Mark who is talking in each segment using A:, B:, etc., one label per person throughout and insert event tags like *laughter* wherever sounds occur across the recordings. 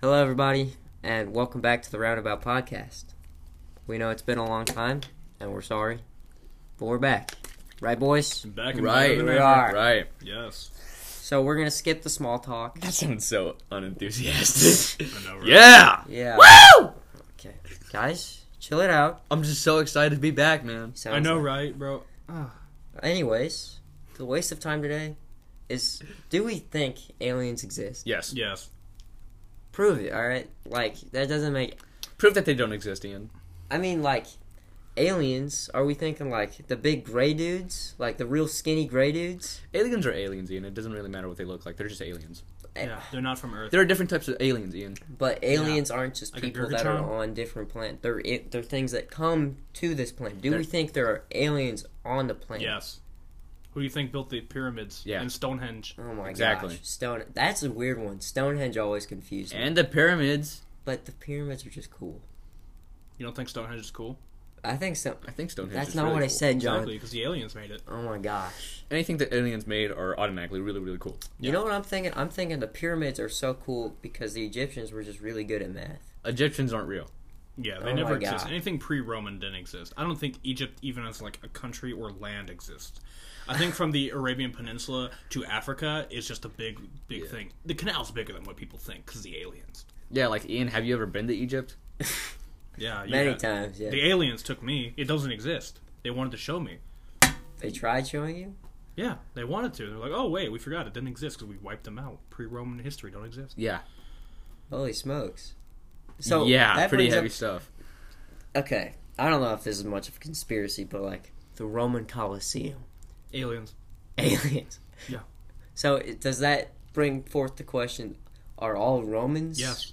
A: Hello, everybody, and welcome back to the Roundabout Podcast. We know it's been a long time, and we're sorry, but we're back. Right, boys?
B: Back in
C: Right,
B: better
A: we
B: than ever.
A: are.
C: Right.
B: Yes.
A: So, we're going to skip the small talk.
C: *laughs* That sounds so unenthusiastic.
B: I know, right?
C: *laughs* yeah.
A: Yeah.
C: Woo!
A: Okay. Guys, chill it out.
C: I'm just so excited to be back, man.
A: Sounds
B: I know,
A: like-
B: right, bro?
A: Anyways, the waste of time today is do we think aliens exist?
C: Yes.
B: Yes.
A: Prove it, alright? Like, that doesn't make.
C: Proof that they don't exist, Ian.
A: I mean, like, aliens, are we thinking, like, the big gray dudes? Like, the real skinny gray dudes?
C: Aliens are aliens, Ian. It doesn't really matter what they look like. They're just aliens.
A: Eh.
B: Yeah. They're not from Earth.
C: There are different types of aliens, Ian.
A: But aliens aren't just
B: Like a
A: people that are
B: Gurgatron?
A: on different planets. They're it, they're things that come to this planet. Do we
C: They're-
A: think there are aliens on the planet?
B: yes. Who do you think built the pyramids
C: Yeah.
B: and Stonehenge?
A: Oh my
C: Exactly.
A: gosh. Stone. That's a weird one. Stonehenge always confused me.
C: And the pyramids.
A: but the pyramids are just cool.
B: You don't think Stonehenge is cool?
A: I think so.
C: I think Stonehenge.
A: That's
C: is
A: not
C: really
A: what I
C: cool.
A: said, John.
B: Exactly, because the aliens made it.
A: Oh my gosh.
C: Anything that aliens made are automatically really, really cool.
A: You know what I'm thinking? I'm thinking the pyramids are so cool because the Egyptians were just really good at math.
C: Egyptians aren't real.
B: Yeah,
A: Oh
B: they
A: my
B: never exist.
A: God.
B: Anything pre-Roman didn't exist. I don't think Egypt, even as like a country or land, exists. I think from the Arabian Peninsula to Africa is just a big, big thing. The canal's bigger than what people think because the aliens.
C: Yeah, like Ian, have you ever been to Egypt?
B: Yeah, you
A: Many
B: got-
A: times, yeah.
B: The aliens took me. It doesn't exist. They wanted to show me.
A: They tried showing you?
B: Yeah, they wanted to. They're like, oh wait, we forgot it didn't exist because we wiped them out. Pre-Roman history don't exist.
C: Yeah.
A: Holy smokes. So
C: yeah,
A: that
C: pretty
A: brings up-
C: heavy stuff.
A: okay. I don't know if this is much of a conspiracy, but like the Roman Colosseum. *laughs*
B: Aliens.
A: aliens.
B: Yeah.
A: So it- does that bring forth the question: Are all Romans?
B: Yes.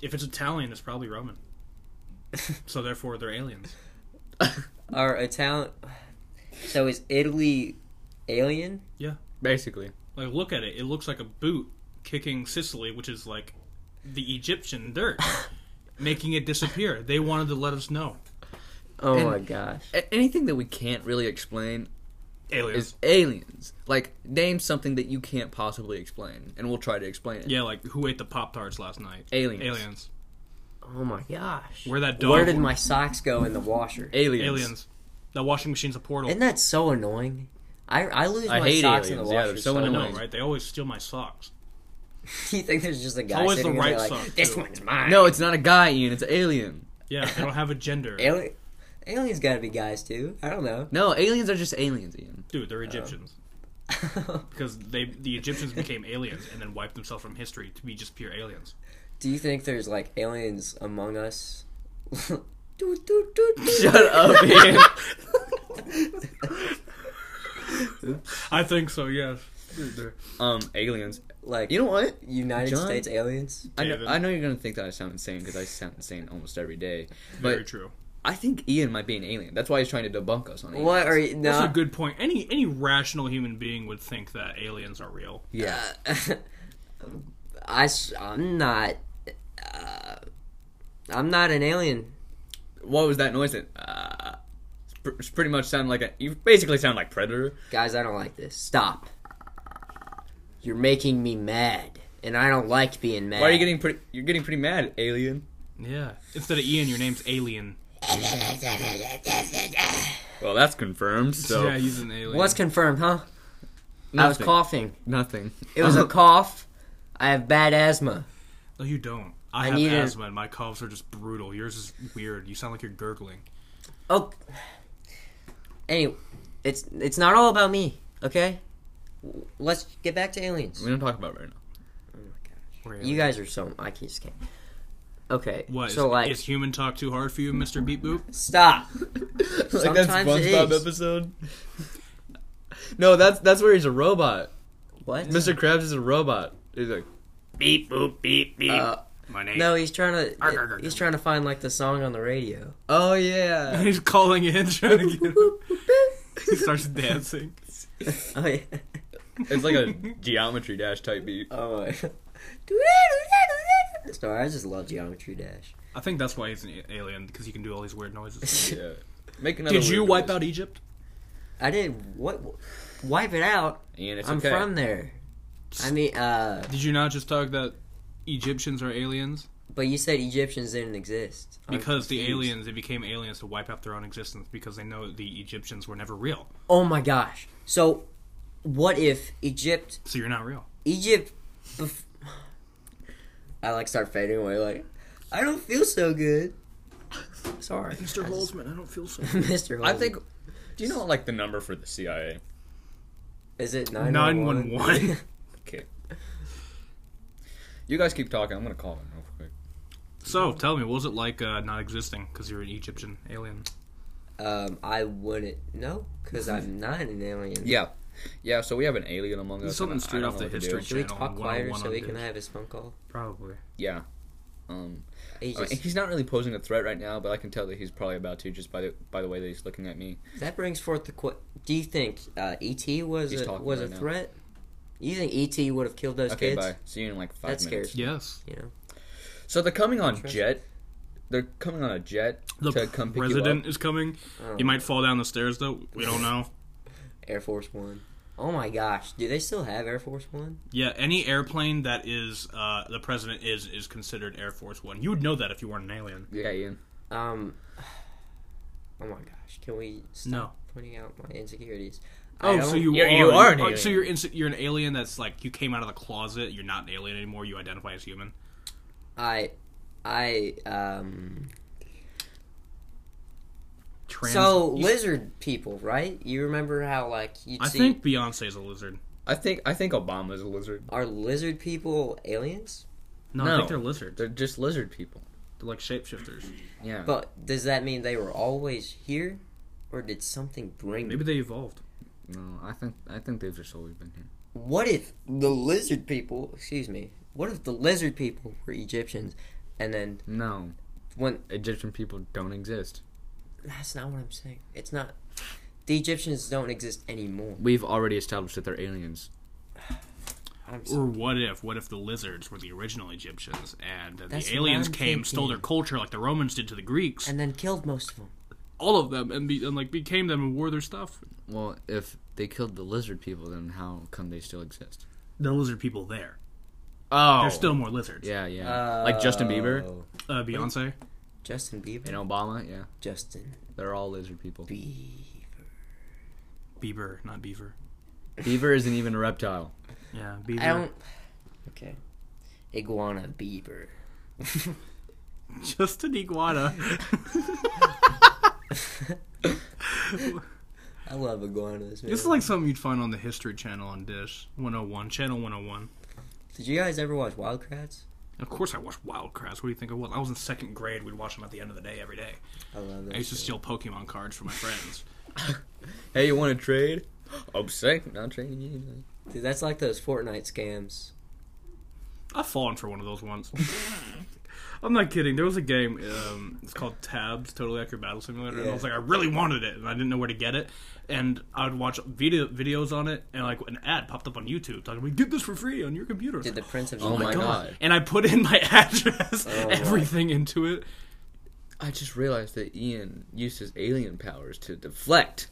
B: If it's Italian, it's probably Roman. so therefore, they're aliens.
A: *laughs* Are Italian? So is Italy alien?
C: Basically.
B: Like, look at it. It looks like a boot kicking Sicily, which is like the Egyptian *laughs* dirt, making it disappear. They wanted to let us know.
A: Oh
C: And-
A: my gosh!
C: A- anything that we can't really explain
B: Aliens.
C: is aliens. Like, name something that you can't possibly explain, and we'll try to explain it.
B: yeah, like who ate the Pop Tarts last night?
C: Aliens.
B: Aliens.
A: Oh my gosh!
B: Where that dog?
A: Where did my socks go in the washer?
C: Aliens.
B: aliens? That washing machine's a portal.
A: Isn't that so annoying? I, I lose
C: I
A: my
C: hate
A: socks in the
C: aliens. Yeah,
A: washer.
C: they're so
B: I know,
C: annoying.
B: right? They always steal my socks.
A: *laughs* you think there's just a guy
B: always
A: sitting
B: the
A: there
B: right
A: like
B: sock,
A: this
B: too.
A: one's mine?
C: No, it's not a guy, Ian. It's an alien.
B: Yeah, they don't have a gender.
A: Ali- aliens got to be guys too. I don't know.
C: No, aliens are just aliens, Ian.
B: Dude, they're Egyptians. because they the Egyptians became aliens and then wiped themselves from history to be just pure aliens.
A: *laughs* Do you think there's like aliens among us? *laughs* Doot, doot, doot, doot.
C: Shut *laughs* up, Ian.
B: I think so. Yes.
C: um, aliens.
A: like
C: You know what?
A: United
C: John?
A: States aliens.
C: I know,
B: David.
C: I know you're gonna think that I sound insane because I sound insane almost every day.
B: Very
C: But
B: true.
C: I think Ian might be an alien. That's why he's trying to debunk us on aliens.
A: What are you?
B: That's a
A: No.
B: good point. Any any rational human being would think that aliens are real.
C: Yeah.
A: *laughs* I s- I'm not. Uh, I'm not an alien.
C: What was that noise? That uh, it's pr- it's pretty much sound like a. You basically sound like Predator.
A: Guys, I don't like this. Stop. You're making me mad, and I don't like being mad.
C: Why are you getting *laughs* pretty? You're getting pretty mad, alien.
B: Yeah. Instead of Ian, your name's Alien.
C: Well, that's confirmed. So
B: yeah, he's an
A: *laughs*
B: alien.
A: What's confirmed, huh?
C: nothing.
A: I was coughing.
C: Nothing.
A: It was a
B: Uh-huh.
A: cough. I have bad asthma.
B: no, you don't. I,
A: I
B: have
A: need a-
B: asthma, and my coughs are just brutal. Yours is weird. You sound like you're gurgling.
A: Oh. Anyway, it's it's not all about me. Okay. W- Let's get back to aliens.
C: We don't talk about it right now.
B: We're
A: You
B: aliens.
A: guys are so. I can't- just can't. Okay.
B: What?
A: So
B: is,
A: like,
B: is human talk too hard for you, Mister Beep Boop?
A: stop.
C: *laughs* like that
A: Sometimes it
C: SpongeBob
A: is.
C: episode. *laughs* no, that's that's where he's a robot.
A: What?
C: Mr. Krabs is a robot. He's like,
B: Beep boop beep beep.
A: Uh,
B: My name.
A: no, he's trying
B: Arr, arr,
A: to.
B: arr.
A: He's trying to find like the song on the radio.
C: oh
A: *laughs*
B: *laughs*
C: yeah.
B: He's calling in, trying *laughs* to get. *laughs* He starts dancing.
A: Oh yeah.
C: it's like a Geometry Dash
A: *laughs*
C: type beat.
A: Oh. My. Sorry, I just love Geometry Dash.
B: I think that's why he's an a- alien because he can do all these weird noises.
C: Yeah. Make *laughs* another.
B: Did you
C: weird
B: wipe
C: noise.
B: out Egypt?
A: I did what? Wipe it out.
C: Ian, it's
A: I'm
C: okay.
A: from there. I mean, uh,
B: Did you not just talk that Egyptians are aliens?
A: But you said Egyptians didn't exist. I'm
B: Because the
A: confused.
B: aliens, they became aliens to wipe out their own existence because they know the Egyptians were never real.
A: Oh my gosh. So, what if Egypt.
B: So you're not real.
A: Egypt. Bef- *sighs* I like start fading away, like, I don't feel so good. *laughs* Sorry. I just-
B: Holzman, I don't feel
C: *laughs*
A: *laughs*
B: so.
A: Mr.
C: I
A: Holzman.
C: think. Do you know like the number for the CIA?
A: Is it 911?
B: 911.
C: Okay. You guys keep talking. I'm gonna call him real quick.
B: so tell me, what was it like uh, not existing because you're an Egyptian alien?
A: *laughs* um, I wouldn't know because I'm not an alien.
C: Yeah, yeah. So we have an alien among us.
B: Something
C: and I- I
B: straight
C: don't
B: off
C: know
B: the
C: what to
B: history.
C: do.
A: Should we
B: Channel
A: talk quieter
B: 101
A: so he
B: on
A: can
B: this.
A: have his phone call?
B: Probably.
C: Yeah. Um,
A: He
C: I mean,
A: just,
C: he's not really posing a threat right now, but I can tell that he's probably about to just by the by the way that he's looking at me.
A: that brings forth the question. Do you think uh, ET was
C: He's
A: a,
C: talking
A: was
C: right
A: a
C: now.
A: threat? You think ET would have killed those
C: okay,
A: kids?
C: bye. See you in like five
A: That
C: minutes.
A: scares me.
B: Yes.
A: You know,
C: So they're coming on
A: Interesting.
C: jet. They're coming on a jet
B: The
C: to come pick Oh.
B: president is coming.
A: I don't
B: You might fall down the stairs though. We don't know.
A: Air Force One. Oh my gosh, do they still have Air Force One?
B: Yeah, any airplane that is uh, the president is is considered Air Force One. You would know that if you weren't an alien.
C: you up. Yeah, Ian.
A: Um, *sighs* oh my gosh, can we stop
B: No.
A: pointing out my insecurities? I
B: Oh, so
A: don't-
B: you
C: You're-
B: are,
C: you are an
B: oh, so
C: alien.
B: you're ins- you're an alien that's like you came out of the closet. You're not an alien anymore. You identify as human.
A: I, I um.
B: Trans-
A: so
B: you-
A: lizard people, right? You remember how like you
B: I
A: see
B: think Beyonce's a lizard.
C: I think I think Obama's a lizard.
A: are lizard people aliens?
B: No, I
C: No.
B: think they're lizards.
C: They're just lizard people.
B: They're like shapeshifters.
C: Yeah.
A: But does that mean they were always here, or did something bring?
B: Maybe
A: them?
B: they evolved.
C: no, I think I think they've just always been here.
A: What if the lizard people? Excuse me. What if the lizard people were Egyptians, and then
C: No,
A: when
C: Egyptian people don't exist.
A: That's not what I'm saying. It's not. The Egyptians don't exist anymore.
C: We've already established that they're aliens.
A: I'm
B: Or
A: sorry.
B: what if? What if the lizards were the original Egyptians and then
A: That's
B: the
A: what
B: aliens
A: I'm
B: came, stole their
A: thinking.
B: culture like the Romans did to the Greeks,
A: And then killed most of them.
B: all of them, and, be- and like became them and wore their stuff.
C: Well, if they killed the lizard people, then how come they still exist?
B: The lizard people there.
C: Oh,
B: There's still more lizards.
C: yeah, yeah. like Justin Bieber
A: Oh.
B: Uh, Beyonce.
A: Justin Bieber.
C: and Obama, yeah,
A: Justin
C: they're all lizard
A: *laughs*
C: people.
A: Bieber.
B: Bieber, not Beaver.
C: Beaver isn't even a reptile.
B: Yeah, Beaver.
A: I don't. Okay. Iguana Bieber. *laughs*
B: *laughs* Just an iguana. *laughs*
A: I love iguanas. Man.
B: this is like something you'd find on the History Channel on Dish 101, Channel 101.
A: Did you guys ever watch Wildcrats?
B: Of course, I watched Wildcrats. What do you think I was? I was in second grade. We'd watch them at the end of the day every day.
A: I love that.
B: I used to
A: show.
B: steal Pokemon cards from
A: *laughs*
B: my friends.
C: Hey, you want to trade? I'm saying, not trading you.
A: Dude, that's like those Fortnite scams.
B: I've fallen for one of those once. *laughs* I'm not kidding. There was a game. Um, it's called Tabs, Totally Accurate Battle Simulator. And I was
A: Yeah.
B: like, I really wanted it, and I didn't know where to get it. And I would watch video videos on it, and like an ad popped up on YouTube talking about get this for free on your computer. I was
A: Did the
B: like,
A: Prince of
C: Oh my
A: Zamunda-
C: God.
B: And I put in my *laughs* address,
A: Oh,
B: everything into it.
C: I just realized that Ian used his alien powers to deflect.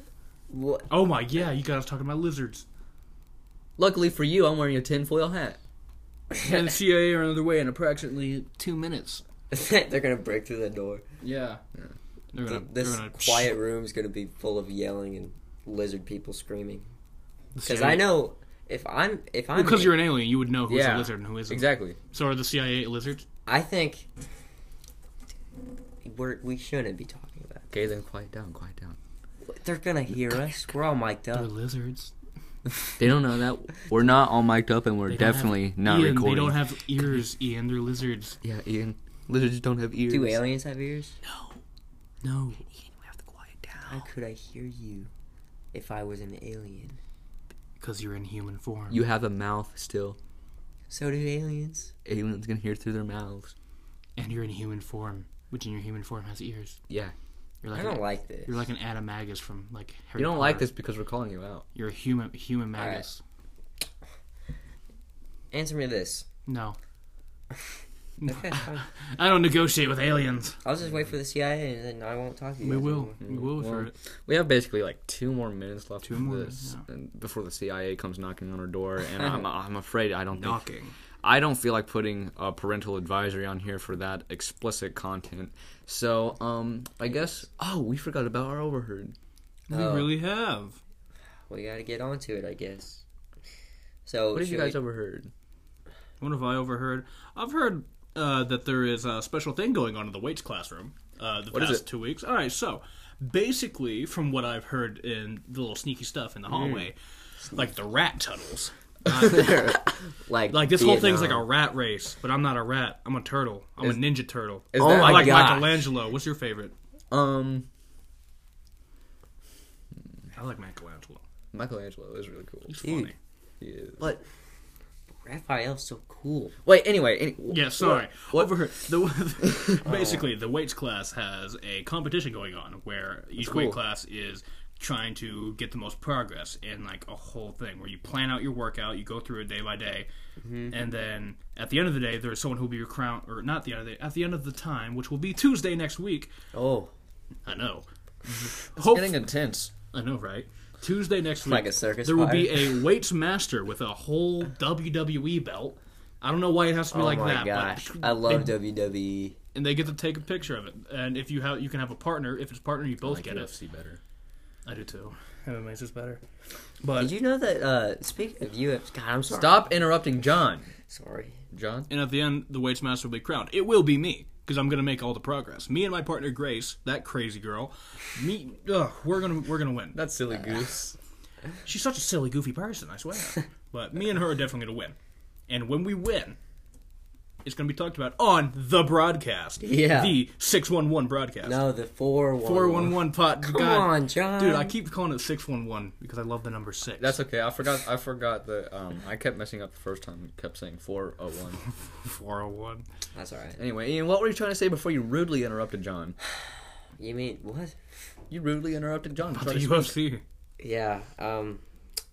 A: What?
B: Oh my, yeah, you guys talking about lizards.
C: Luckily for you, I'm wearing a tinfoil hat. And the CIA are on their way in approximately two minutes.
A: *laughs* They're gonna break through the door.
C: Yeah.
B: They're gonna,
A: Th- this
B: they're gonna
A: quiet room's gonna be full of yelling and lizard people screaming. Because
B: CIA
A: I know if I'm if I'm
B: Because you're an alien, you would know who's
C: Yeah,
B: a lizard and who isn't.
C: Exactly.
B: So are the CIA lizards?
A: I think we're we shouldn't be talking about.
C: Okay, then quiet down, quiet down.
A: It. They're gonna hear us. We're all mic'd
B: They're
A: up.
B: lizards.
C: They don't know that. We're not all mic'd up and we're
B: They don't have-
C: definitely not
B: Ian,
C: recording.
B: They don't have ears, Ian. They're lizards.
C: yeah, Ian. Lizards don't have ears.
A: Do aliens have ears?
B: No.
A: How could I hear you if I was an alien?
B: Because you're in human form.
C: You have a mouth still.
A: So do aliens.
C: Aliens can hear through their mouths.
B: and you're in human form, which in your human form has ears.
C: Yeah.
B: You're
A: I
B: like
A: don't
B: a-
A: like this.
B: You're like an Adamagus from like Harry
C: You don't like
B: Potter.
C: this because we're calling you out.
B: You're a human human
A: right.
B: magus.
A: Answer me this.
B: No.
A: Okay,
B: *laughs*
A: fine.
B: I don't negotiate with aliens.
A: I'll just wait for the CIA and then I won't talk to you.
B: We
A: guys
B: will.
A: anymore.
B: We will for
C: Mm, Well,
B: it.
C: We have basically like two more minutes left
B: Two
C: before
B: more,
C: *laughs* this, and before the CIA comes knocking on our door, and I'm, I'm afraid I don't think
B: Knocking.
C: I don't feel like putting a parental advisory on here for that explicit content. So, um, I guess. Oh, we forgot about our overheard.
B: We
C: Uh,
A: Oh.
B: really have.
A: We got to get onto it, I guess. So
C: What did you
A: should
C: guys
A: we-
C: overheard?
B: What have I overheard? I've heard uh, that there is a special thing going on in the weights classroom uh, the
C: What is
B: past
C: it?
B: two weeks. All right, so basically, from what I've heard in the little sneaky stuff
C: Mm.
B: in the hallway, like the rat
C: *laughs*
B: tunnels. Uh,
A: like
B: Like this whole thing's like a rat race, but I'm not a rat. I'm a turtle. I'm a ninja turtle.
C: is
B: oh
C: that-
B: my
C: my
B: like
C: gosh.
B: Michelangelo. What's your favorite?
C: Um,
B: I like Michelangelo.
C: Michelangelo is really cool.
B: He's
A: Dude.
B: funny.
C: He is.
A: But Raphael's so cool.
C: Wait, anyway. Any,
B: Yeah, sorry.
C: What-
B: Overheard. *laughs*
A: *laughs*
B: The, *laughs* basically,
A: Oh.
B: the weights class has a competition going on where each weight
C: cool.
B: class is trying to get the most progress in like a whole thing where you plan out your workout, you go through it day by day,
A: Mm-hmm.
B: and then at the end of the day, there's someone who will be your crown, or not the end of the day, at the end of the time, which will be Tuesday next week.
A: Oh,
B: I know.
A: Mm-hmm.
B: Hope,
C: Getting intense.
B: I know, right? Tuesday next week,
A: Like a circus
B: there will
A: fire.
B: be
A: *laughs*
B: a weights master with a whole WWE belt. I don't know why it has to be
A: oh
B: like
A: my
B: that. *laughs*
A: gosh!
B: but
A: I love E.
B: they
A: WWE.
B: and they get to take a picture of it. And if you have, you can have a partner. If it's partner, you both
C: Like
B: get it.
C: UFC better.
B: I do too. MMA's is better. But
A: Did you know that? Uh, speak of UFC. God, I'm sorry.
C: Stop interrupting, John.
A: Sorry.
C: John.
B: and at the end, the weights master will be crowned. It will be me because I'm gonna make all the progress. Me and my partner Grace, that crazy girl. Me, ugh, we're gonna we're gonna win.
C: That's silly goose.
B: She's such a silly, goofy person. I *laughs* swear. but me and her are definitely gonna win. And when we win. It's going to be talked about on the broadcast.
A: Yeah.
B: The 611 broadcast.
A: No, the four one
B: Four one one pot.
A: Come on, John.
B: Dude, I keep calling it six one one because I love the number six. *laughs*
C: *laughs* That's okay. I forgot. I forgot that. Um, I kept messing up the first time. Kept saying four oh one.
B: four oh one.
A: That's all right.
C: Anyway, Ian, what were you trying to say before you rudely interrupted John?
A: You mean what?
C: You rudely interrupted John.
B: About the UFC.
A: Yeah. Um.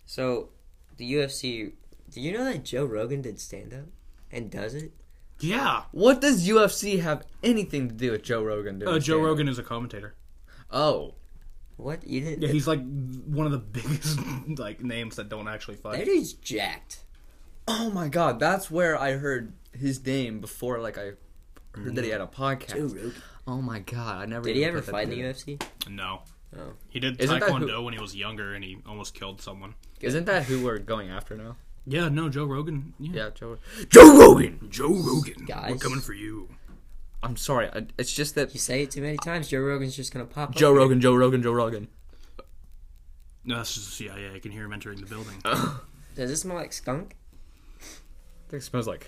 A: So, the UFC. Do you know that Joe Rogan did stand up and does it?
B: Yeah.
C: What does UFC have anything to do with Joe Rogan doing?
B: Uh, Joe
C: stand-up?
B: Rogan is a commentator.
C: Oh,
A: What you didn't?
B: Yeah, he's like one of the *laughs* biggest like names that don't actually
A: that
B: fight.
A: dude's jacked.
C: oh my God! That's where I heard his name before. Like I heard that he had a podcast.
A: Joe Rogan.
C: Oh my God! I never.
A: Did he
C: even
A: ever
C: put that
A: fight in the
C: together.
A: UFC?
B: No.
A: Oh.
B: He did
C: Isn't that
B: Taekwondo
C: who-
B: when he was younger and he almost killed someone.
C: Isn't that who we're going after now?
B: Yeah, no, Joe Rogan. Yeah.
C: Yeah, Joe. Joe Rogan.
B: Joe Rogan. We're
A: Guys.
B: coming for you.
C: I'm sorry. I, it's just that
A: You say it too many times, Joe Rogan's just gonna pop
C: Joe
A: up.
C: Rogan, Joe Rogan, Joe Rogan.
B: No, that's just the CIA. I can hear him entering the building.
A: Uh. Does it smell like skunk?
C: I think it smells like.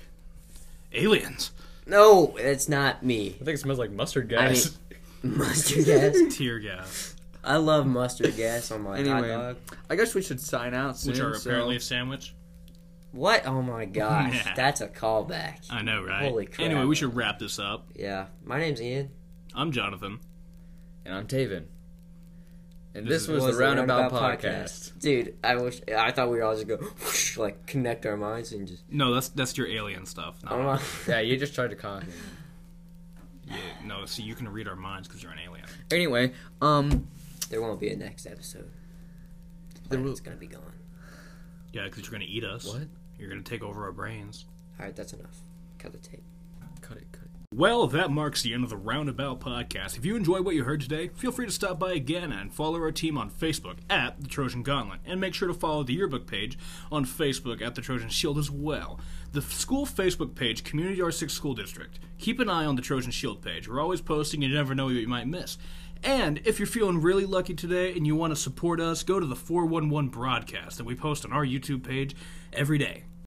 B: Aliens.
A: No, it's not me.
C: I think it smells like mustard
A: I mean,
C: gas.
A: *laughs*
C: *laughs*
A: mustard gas.
B: Tear gas.
A: I love mustard gas on my hot
C: Anyway.
A: dog.
C: I guess we should sign out soon.
B: Which are
C: so-
B: apparently a sandwich.
A: What? Oh
C: *laughs*
A: my gosh,
B: Yeah.
A: that's a callback.
B: I know, right?
A: Holy crap.
B: Anyway, we should wrap this up.
A: Yeah, my name's Ian.
B: I'm Jonathan.
C: And I'm Taven. And
B: This
C: this,
B: is-
C: was, the Roundabout, podcast.
A: Dude, I wish I thought we were all just go whoosh, like connect our minds and just.
B: No, that's that's your alien stuff.
A: I don't know. *laughs*
C: Yeah, you just tried to con me.
B: Yeah, no, see, you can read our minds because you're an alien.
C: Anyway, um,
A: There won't be a next episode. The
C: There will-
A: planet's gonna be gone.
B: Yeah, because you're gonna eat us.
C: What?
B: You're gonna take over our brains.
A: All right, that's enough. Cut the tape.
C: cut it, cut it.
B: Well, that marks the end of the Roundabout podcast. If you enjoyed what you heard today, feel free to stop by again and follow our team on Facebook at the Trojan Gauntlet, and make sure to follow the yearbook page on Facebook at the Trojan Shield as well. The f- school Facebook page, Community R6 School District. Keep an eye on the Trojan Shield page. We're always posting, and you never know what you might miss. And if you're feeling really lucky today and you want to support us, go to the 411 broadcast that we post on our YouTube page every day.